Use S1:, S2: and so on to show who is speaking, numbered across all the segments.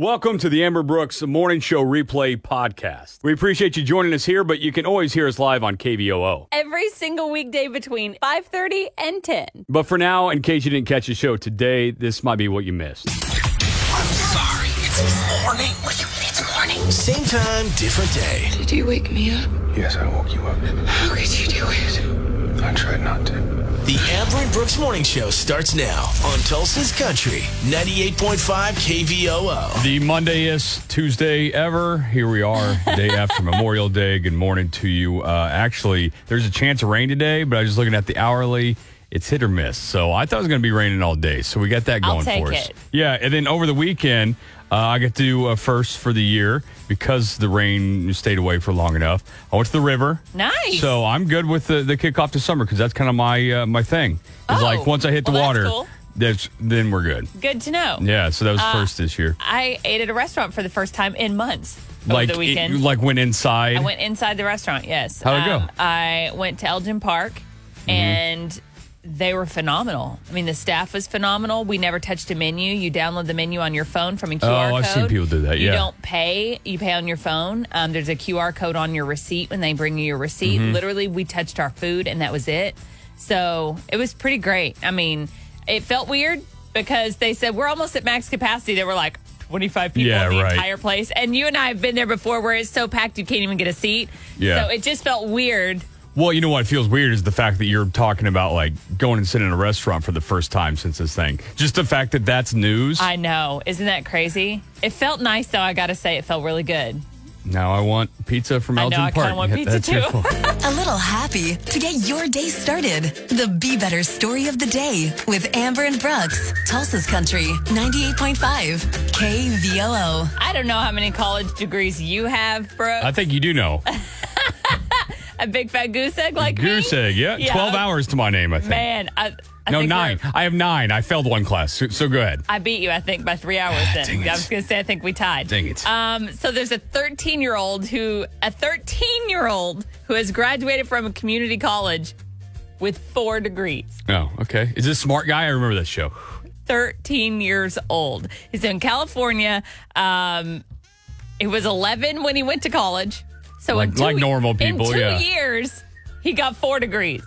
S1: Welcome to the Amber Brooks Morning Show Replay Podcast. We appreciate you joining us here, but you can always hear us live on KVOO.
S2: every single weekday between 5.30 and 10
S1: But for now, in case you didn't catch the show today, this might be what you missed.
S3: I'm sorry. It's morning. Will you? It's morning. Same time, different day.
S4: Did you wake me up?
S5: Yes, I woke you up.
S4: How could you do it?
S5: I tried not to.
S3: The Amber and Brooks Morning Show starts now on Tulsa's Country, 98.5 KVOO.
S1: The Mondayest Tuesday ever. Here we are, day after Memorial Day. Good morning to you. Uh, actually, there's a chance of rain today, but I was just looking at the hourly. It's hit or miss. So I thought it was going to be raining all day. So we got that
S2: I'll
S1: going
S2: take
S1: for us.
S2: it.
S1: Yeah, and then over the weekend, uh, I got to do a first for the year because the rain stayed away for long enough. I went to the river.
S2: Nice.
S1: So I'm good with the, the kickoff to summer because that's kind of my uh, my thing. It's
S2: Oh,
S1: like once I hit the
S2: well, that's
S1: water,
S2: cool. Uh,
S1: that's then we're good.
S2: good to know
S1: Yeah, so that was first this year.
S2: i ate at a restaurant for the first time in months
S1: like
S2: over the weekend
S1: it- like went inside.
S2: i went inside the restaurant yes Um,
S1: How'd it go? Mm-hmm.
S2: i went to elgin park and they were phenomenal i mean the staff was phenomenal we never touched a menu you download the menu on your phone from a qr code
S1: I've seen Oh, people do that,
S2: you
S1: yeah.
S2: don't pay you pay on your phone um, there's a qr code on your receipt when they bring you your receipt
S1: Mm-hmm.
S2: literally we touched our food and that was it so it was pretty great i mean it felt weird because they said we're almost at max capacity they were like 25 people
S1: Yeah,
S2: in the
S1: right.
S2: entire place and you and i have been there before where it's so packed you can't even get a seat
S1: Yeah.
S2: so it just felt weird
S1: well, you know what feels weird is the fact that you're talking about like going and sitting in a restaurant for the first time since this thing. Just the fact that that's news.
S2: I know. Isn't that crazy? It felt nice, though. I got to say, it felt really good.
S1: now I want pizza from
S2: I know,
S1: Elgin
S2: I kinda
S1: Park.
S2: want pizza
S1: that's your
S2: too.
S1: fault.
S6: A little happy to get your day started. The Be Better Story of the Day with Amber and Brooks, Tulsa's Country, 98.5, KVOO.
S2: I don't know how many college degrees you have, bro.
S1: I think you do know.
S2: a big fat goose egg like
S1: Goose
S2: me?
S1: egg, yeah.
S2: Yeah.
S1: Twelve hours to my name, I think.
S2: Man, I, I
S1: no,
S2: think we're-
S1: nine. I have nine. I failed one class. So, so go ahead.
S2: I beat you, I think, by three hours.
S1: Ah,
S2: Then
S1: Dang it.
S2: I was going to say, I think we tied.
S1: Dang it.
S2: Um, so there's a 13 year old who, a 13 year old who has graduated from a community college with four degrees.
S1: Oh, okay. Is this smart guy? I remember that show.
S2: 13 years old. He's in California. Um, he was 11 when he went to college. So in
S1: Like-
S2: two,
S1: like normal
S2: in
S1: people,
S2: two
S1: yeah.
S2: years, he got four degrees.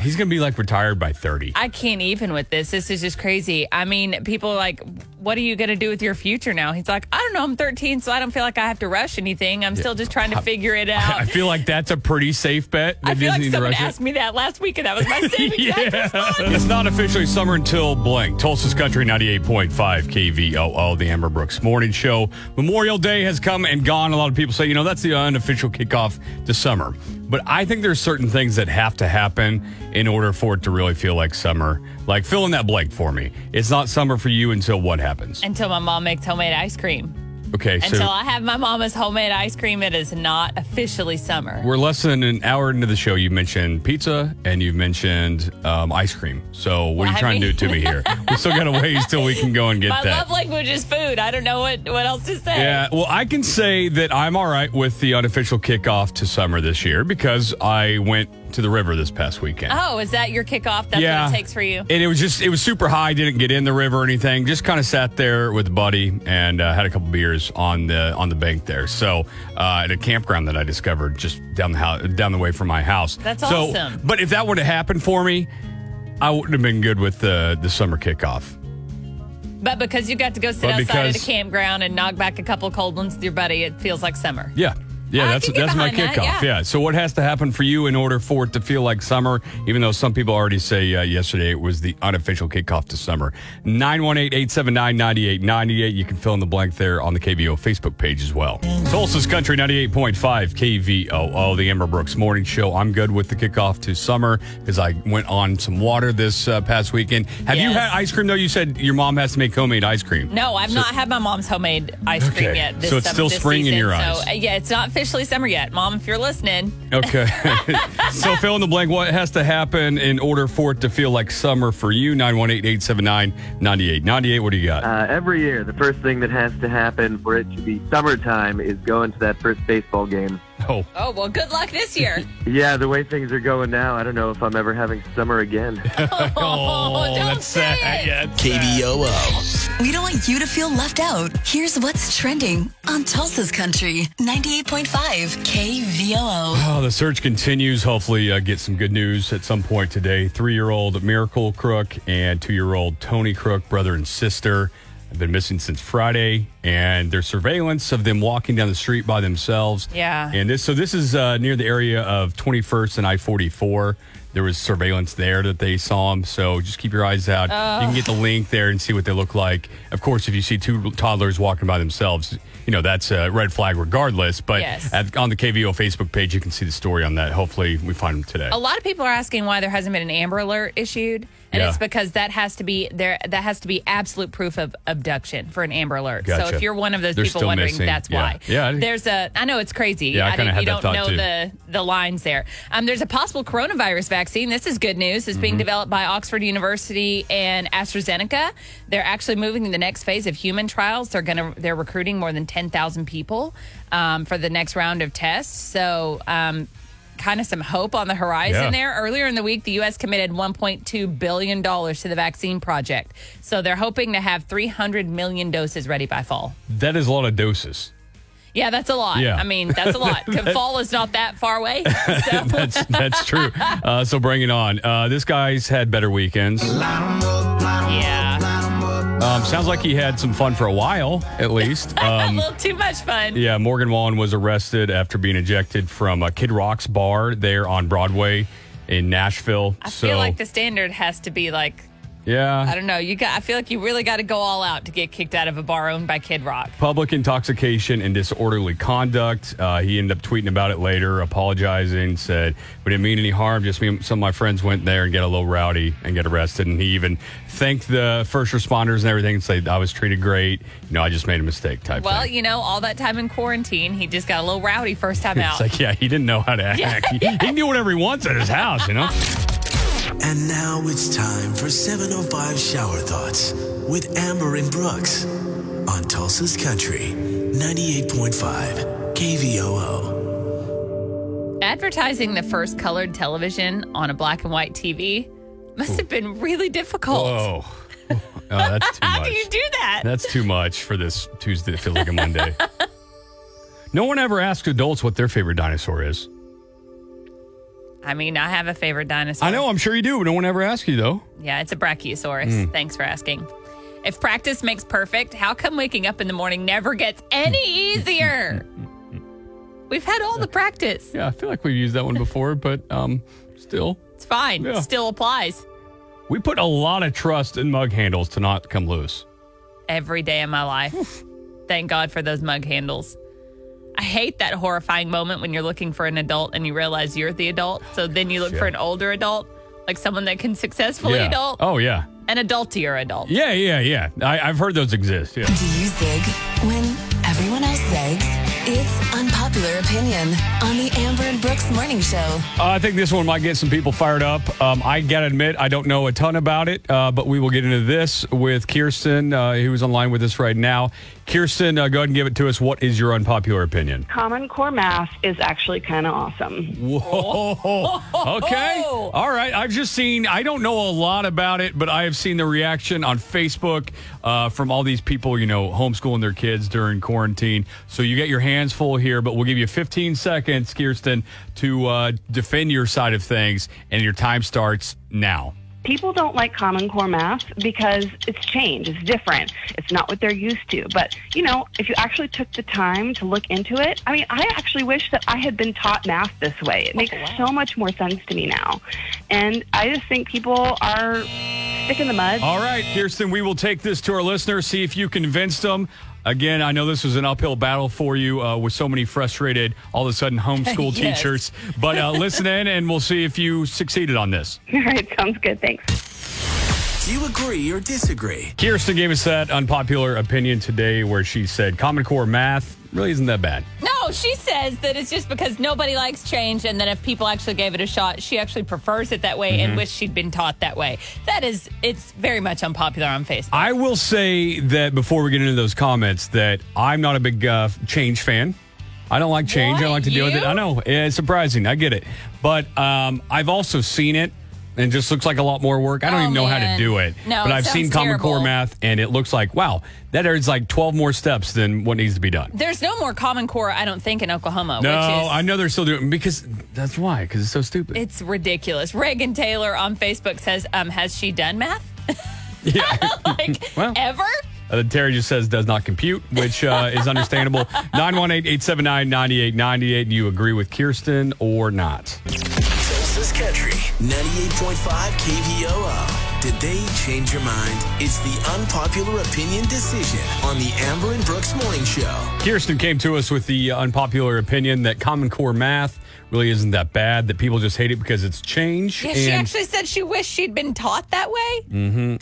S1: He's gonna be like retired by thirty.
S2: I can't even with this. This is just crazy. I mean, people are like, what are you going to do with your future now? He's like, I don't know. I'm 13, so I don't feel like I have to rush anything. I'm still just trying to figure it out.
S1: I feel like that's a pretty safe bet.
S2: I
S1: that
S2: feel like
S1: Disney
S2: someone
S1: directed.
S2: asked me that last week, and that was my same exact
S1: It's not officially summer until blank. Tulsa's Country 98.5 KVOO, the Amber Brooks Morning Show. Memorial Day has come and gone. A lot of people say, you know, that's the unofficial kickoff to summer. But I think there's certain things that have to happen in order for it to really feel like summer. Like fill in that blank for me. It's not summer for you until what happens.
S2: Until my mom makes homemade ice cream.
S1: Okay,
S2: Until
S1: so
S2: I have my mama's homemade ice cream, it is not officially summer.
S1: we're less than an hour into the show. You mentioned pizza and you mentioned um, ice cream. So what are
S2: Well,
S1: you
S2: I
S1: trying to
S2: mean-
S1: do to me here? we still got a ways till we can go and get
S2: My
S1: that.
S2: love language is food. I don't know what, what else to say.
S1: Yeah, well, I can say that I'm all right with the unofficial kickoff to summer this year because I went to the river this past weekend.
S2: Oh, is that your kickoff? That's
S1: yeah,
S2: what it takes for you.
S1: And it was just it was super high. Didn't get in the river or anything. Just kind of sat there with a buddy and uh, had a couple beers on the on the bank there. So uh, at a campground that I discovered just down the house, down the way from my house.
S2: That's
S1: So-
S2: awesome.
S1: But if that would have happened for me, I wouldn't have been good with the the summer kickoff.
S2: But because you got to go sit
S1: But
S2: outside at a
S1: because-
S2: campground and knock back a couple cold ones with your buddy, it feels like summer.
S1: Yeah. Yeah,
S2: I
S1: that's
S2: can get
S1: that's my
S2: behind
S1: kickoff.
S2: that,
S1: yeah.
S2: yeah.
S1: So what has to happen for you in order for it to feel like summer? Even though some people already say uh, yesterday it was the unofficial kickoff to summer. 918-879-9898. You can fill in the blank there on the KVO Facebook page as well. Tulsa's Country 98.5 KVOO, the Amber Brooks Morning Show. I'm good with the kickoff to summer because I went on some water this uh, past weekend. Have you
S2: Yes.
S1: had ice cream though? You said your mom has to make homemade ice cream.
S2: No, I've not had my mom's homemade ice cream
S1: Okay.
S2: yet. This
S1: So it's
S2: summer-
S1: still
S2: this
S1: spring in
S2: season.
S1: your
S2: So,
S1: eyes.
S2: uh, yeah, it's not officially summer yet. Mom, if you're listening,
S1: Okay. so fill in the blank. What has to happen in order for it to feel like summer for you? 918 879 9898. What do you got?
S7: Uh, every year, the first thing that has to happen for it to be summertime is going to that first baseball game.
S1: oh,
S2: oh, well, good luck this year.
S7: Yeah, the way things are going now, I don't know if I'm ever having summer again.
S2: oh, don't say it.
S1: Yeah, it's sad.
S3: KVOO.
S6: We don't want you to feel left out. Here's what's trending on Tulsa's Country 98.5 KVOO.
S1: Oh, the search continues. Hopefully, uh, get some good news at some point today. Three year old Miracle Crook and two year old Tony Crook, brother and sister, have been missing since Friday, and there's surveillance of them walking down the street by themselves.
S2: Yeah.
S1: And this, so this is uh, near the area of 21st and I 44. There was surveillance there that they saw them. So just keep your eyes out. You can get the link there and see what they look like. Of course, if you see two toddlers walking by themselves, you know, that's a red flag regardless. But
S2: Yes.
S1: at, on the KVO Facebook page, you can see the story on that. Hopefully, we find them today.
S2: a lot of people are asking why there hasn't been an Amber Alert issued, and
S1: Yeah.
S2: it's because that has to be there. That has to be absolute proof of abduction for an Amber Alert. So
S1: Gotcha.
S2: if you're one of those
S1: They're
S2: people
S1: still
S2: wondering,
S1: missing.
S2: that's
S1: Yeah.
S2: why.
S1: Yeah, I didn't-
S2: there's a. I know it's crazy.
S1: Yeah, I kinda
S2: didn't-
S1: had
S2: You
S1: that
S2: don't
S1: thought,
S2: know
S1: too.
S2: the the lines there. Um, there's a possible coronavirus vaccine. This is good news. It's
S1: Mm-hmm.
S2: being developed by Oxford University and AstraZeneca. They're actually moving to the next phase of human trials. They're gonna they're recruiting more than ten thousand people um, for the next round of tests. So. Um, kind of some hope on the horizon
S1: Yeah.
S2: there. Earlier in the week, the U.S. committed $1.2 billion to the vaccine project. So they're hoping to have 300 million doses ready by fall.
S1: that is a lot of doses.
S2: Yeah, that's a lot.
S1: Yeah.
S2: I mean, that's a lot. fall is not that far away. So.
S1: That's that's true. Uh, so bring it on. Uh, this guy's had better weekends.
S2: yeah.
S1: Um, sounds like he had some fun for a while, at least. Um,
S2: a little too much fun.
S1: Yeah, Morgan Wallen was arrested after being ejected from a Kid Rock's bar there on Broadway in Nashville.
S2: I
S1: so
S2: feel like the standard has to be like, I
S1: yeah,
S2: don't know. You got. I feel like you really got to go all out to get kicked out of a bar owned by Kid Rock.
S1: public intoxication and disorderly conduct. Uh, he ended up tweeting about it later, apologizing, said we didn't mean any harm. Just me, and some of my friends went there and get a little rowdy and get arrested. And he even thanked the first responders and everything and said I was treated great. You know, I just made a mistake type.
S2: Well,
S1: thing.
S2: you know, all that time in quarantine, he just got a little rowdy first time out.
S1: It's like, yeah, he didn't know how to act. He, he can do whatever he wants at his house, you know?
S3: And now it's time for 705 Shower Thoughts with Amber and Brooks on Tulsa's Country 98.5 KVOO.
S2: Advertising the first colored television on a black and white TV must have been really difficult.
S1: Whoa. Oh, that's too much.
S2: How do you do that?
S1: That's too much for this Tuesday. It feels like a Monday. no one ever asks adults what their favorite dinosaur is.
S2: I mean, I have a favorite dinosaur.
S1: I know. I'm sure you do. but No one ever asks you though.
S2: Yeah, it's a brachiosaurus.
S1: Mm.
S2: Thanks for asking. If practice makes perfect, how come waking up in the morning never gets any easier? We've had all the practice.
S1: Yeah, I feel like we've used that one before, but um, still,
S2: It's fine.
S1: Yeah.
S2: Still applies.
S1: we put a lot of trust in mug handles to not come loose.
S2: every day of my life. Thank God for those mug handles. I hate that horrifying moment when you're looking for an adult and you realize you're the adult. So then you look for
S1: shit.
S2: an older adult, like someone that can successfully
S1: yeah.
S2: adult,
S1: Oh yeah.
S2: an adultier adult.
S1: Yeah, yeah, yeah. I, I've heard those exist. Yeah.
S6: Do you zig when everyone else zigs? It's unpopular opinion on the Amber and Brooks Morning Show.
S1: Uh, I think this one might get some people fired up. Um, I gotta admit, I don't know a ton about it, uh, but we will get into this with Kirsten, uh, who's online with us right now. Kirsten, uh, go ahead and give it to us. What is your unpopular opinion?
S8: Common Core Math is actually kind of awesome.
S1: Whoa. Okay.
S2: Oh.
S1: All right. I've just seen, I don't know a lot about it, but I have seen the reaction on Facebook uh, from all these people, you know, homeschooling their kids during quarantine. So you get your hands full here, but we'll give you 15 seconds, Kirsten, to uh, defend your side of things, and your time starts now.
S8: People don't like Common Core Math because it's change, it's different, it's not what they're used to. But, you know, if you actually took the time to look into it, I mean, I actually wish that I had been taught math this way. It makes so much more sense to me now. And I just think people are stick in the mud.
S1: All right, Kirsten, we will take this to our listeners, see if you convinced them. Again, I know this was an uphill battle for you uh, with so many frustrated, all of a sudden homeschool
S2: Yes.
S1: teachers. But uh, listen in and we'll see if you succeeded on this.
S8: All right, sounds good. Thanks.
S3: Do you agree or disagree?
S1: Kirsten gave us that unpopular opinion today where she said Common Core math really isn't that bad.
S2: No, she says that it's just because nobody likes change and that if people actually gave it a shot, she actually prefers it that way and
S1: Mhm.
S2: wish she'd been taught that way. That is, it's very much unpopular on Facebook.
S1: I will say that before we get into those comments, that I'm not a big uh, change fan. I don't like change. I
S2: What?
S1: like to deal with it.
S2: You?
S1: I know it's surprising. I get it, but um, I've also seen it and it just looks like a lot more work. I don't
S2: Oh,
S1: even know how to
S2: man.
S1: do it.
S2: No,
S1: but
S2: it
S1: I've seen
S2: sounds
S1: Common Core
S2: terrible.
S1: math, and it looks like wow, that is like twelve more steps than what needs to be done.
S2: There's no more Common Core, I don't think, in Oklahoma.
S1: No,
S2: which is,
S1: I know they're still doing because that's why because it's so stupid.
S2: It's ridiculous. Reagan Taylor on Facebook says, um, "Has she done math?
S1: yeah.
S2: like
S1: Well.
S2: ever?"
S1: Uh, Terry just says does not compute, which uh, is understandable. 918 879 9898. Do you agree with Kirsten or not?
S3: Tulsa's Country, 98.5 KVOO. Did they change your mind? It's the unpopular opinion decision on the Amber and Brooks Morning Show.
S1: Kirsten came to us with the uh, unpopular opinion that Common Core math really isn't that bad, that people just hate it because it's change.
S2: Yeah,
S1: and, Mm.
S2: she actually said she wished she'd been taught that way.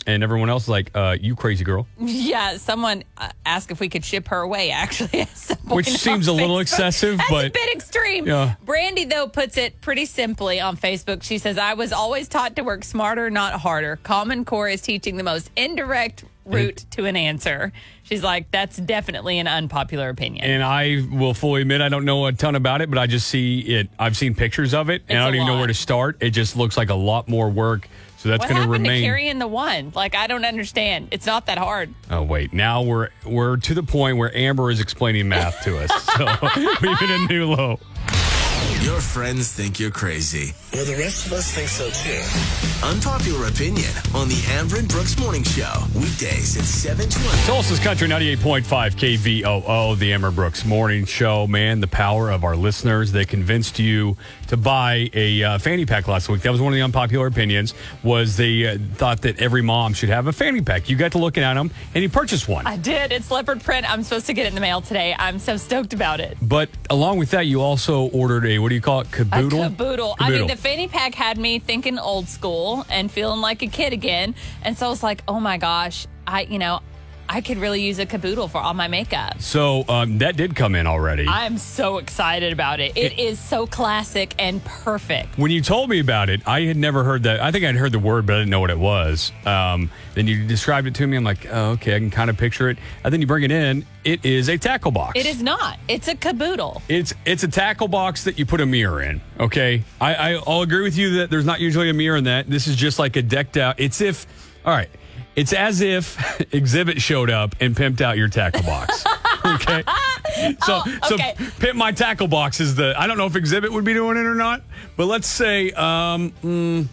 S1: and everyone else is like, uh, you crazy girl,
S2: Yeah, someone uh, asked if we could ship her away. Actually, at some point
S1: which
S2: on
S1: seems a little
S2: Facebook.
S1: excessive,
S2: That's a
S1: but.
S2: bit extreme.
S1: Yeah.
S2: Brandy, though, puts it pretty simply on Facebook. She says, I was always taught to work smarter, not harder. Common Core is teaching the most indirect route to an answer. She's like, that's definitely an unpopular opinion.
S1: And I will fully admit I don't know a ton about it, but I just see it. I've seen pictures of it, and
S2: It's
S1: I don't
S2: a
S1: even know
S2: lot.
S1: where to start. It just looks like a lot more work, so that's
S2: what
S1: going
S2: happened
S1: remain.
S2: to carrying the one? Like, I don't understand. It's not that hard.
S1: Oh wait, now we're we're to the point where Amber is explaining math to us. So we've hit a new low.
S3: Your friends think you're crazy. Well, the rest of us think so too. Unpopular opinion on the Amber and Brooks Morning Show. Weekdays at 720.
S1: Tulsa's Country 98.5 KVOO, the Amber Brooks Morning Show. Man, the power of our listeners. They convinced you to buy a uh, fanny pack last week. That was one of the unpopular opinions was they uh, thought that every mom should have a fanny pack. You got to looking at them and you purchased one.
S2: I did. It's leopard print. I'm supposed to get it in the mail today. I'm so stoked about it.
S1: but along with that, you also ordered a, what do you call it,
S2: A
S1: caboodle?
S2: caboodle. I mean,
S1: Caboodle.
S2: the fanny pack had me thinking old school and feeling like a kid again. And so I was like, oh my gosh, I, you know, I could really use a caboodle for all my makeup.
S1: so um, that did come in already.
S2: I'm so excited about it. it is so classic and perfect.
S1: When you told me about it, I had never heard that. I think I'd heard the word, but I didn't know what it was. Um, then you described it to me. I'm like, oh, okay, I can kind of picture it. And then you bring it in. It is a tackle box.
S2: It is not. It's a caboodle.
S1: It's it's a tackle box that you put a mirror in. Okay, I, I I'll agree with you that there's not usually a mirror in that. This is just like a decked out. It's if all right. It's as if Exhibit showed up and pimped out your tackle box. okay. So,
S2: Oh, okay.
S1: so pimp my tackle box is the. I don't know if Exhibit would be doing it or not, but let's say, um, mm,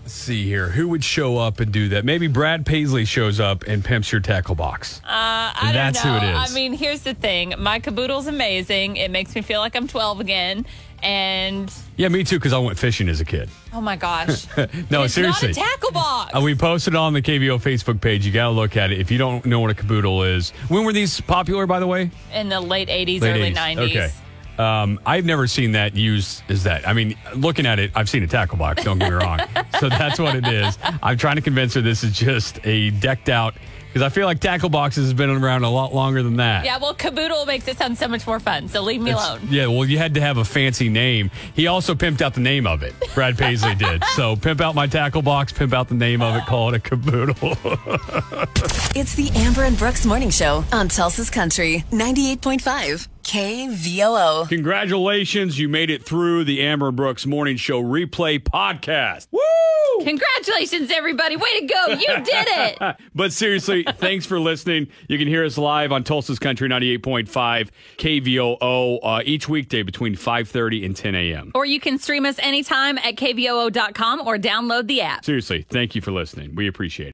S1: let's see here, who would show up and do that? Maybe Brad Paisley shows up and pimps your tackle box.
S2: Uh, I don't
S1: That's who
S2: know.
S1: it is.
S2: I mean, here's the thing. My caboodle's amazing. It makes me feel like I'm 12 again. And
S1: yeah, me too, because I went fishing as a kid.
S2: oh my gosh.
S1: No,
S2: it's
S1: seriously.
S2: not a tackle box.
S1: Uh, we posted on the KBO Facebook page. You got to look at it. If you don't know what a caboodle is, when were these popular, by the way?
S2: in the late 80s, early 90s.
S1: Okay. Um, I've never seen that used as that. I mean, looking at it, I've seen a tackle box, don't get me wrong. So that's what it is. I'm trying to convince her this is just a decked out, because I feel like tackle boxes has been around a lot longer than that.
S2: Yeah, well, caboodle makes it sound so much more fun. So leave me
S1: It's-
S2: alone.
S1: Yeah, well, you had to have a fancy name. He also pimped out the name of it. Brad Paisley did. So pimp out my tackle box, pimp out the name of it, call it a caboodle.
S6: It's the Amber and Brooks Morning Show on Tulsa's Country 98.5 KVOO.
S1: Congratulations, you made it through the Amber Brooks Morning Show Replay Podcast. Woo!
S2: Congratulations, everybody. Way to go. You did it.
S1: Ah, But seriously, thanks for listening. You can hear us live on Tulsa's Country 98.5 KVOO uh, each weekday between 5.30 and 10 a.m.
S2: or you can stream us anytime at kvoo.com or download the app.
S1: Seriously, thank you for listening. We appreciate it.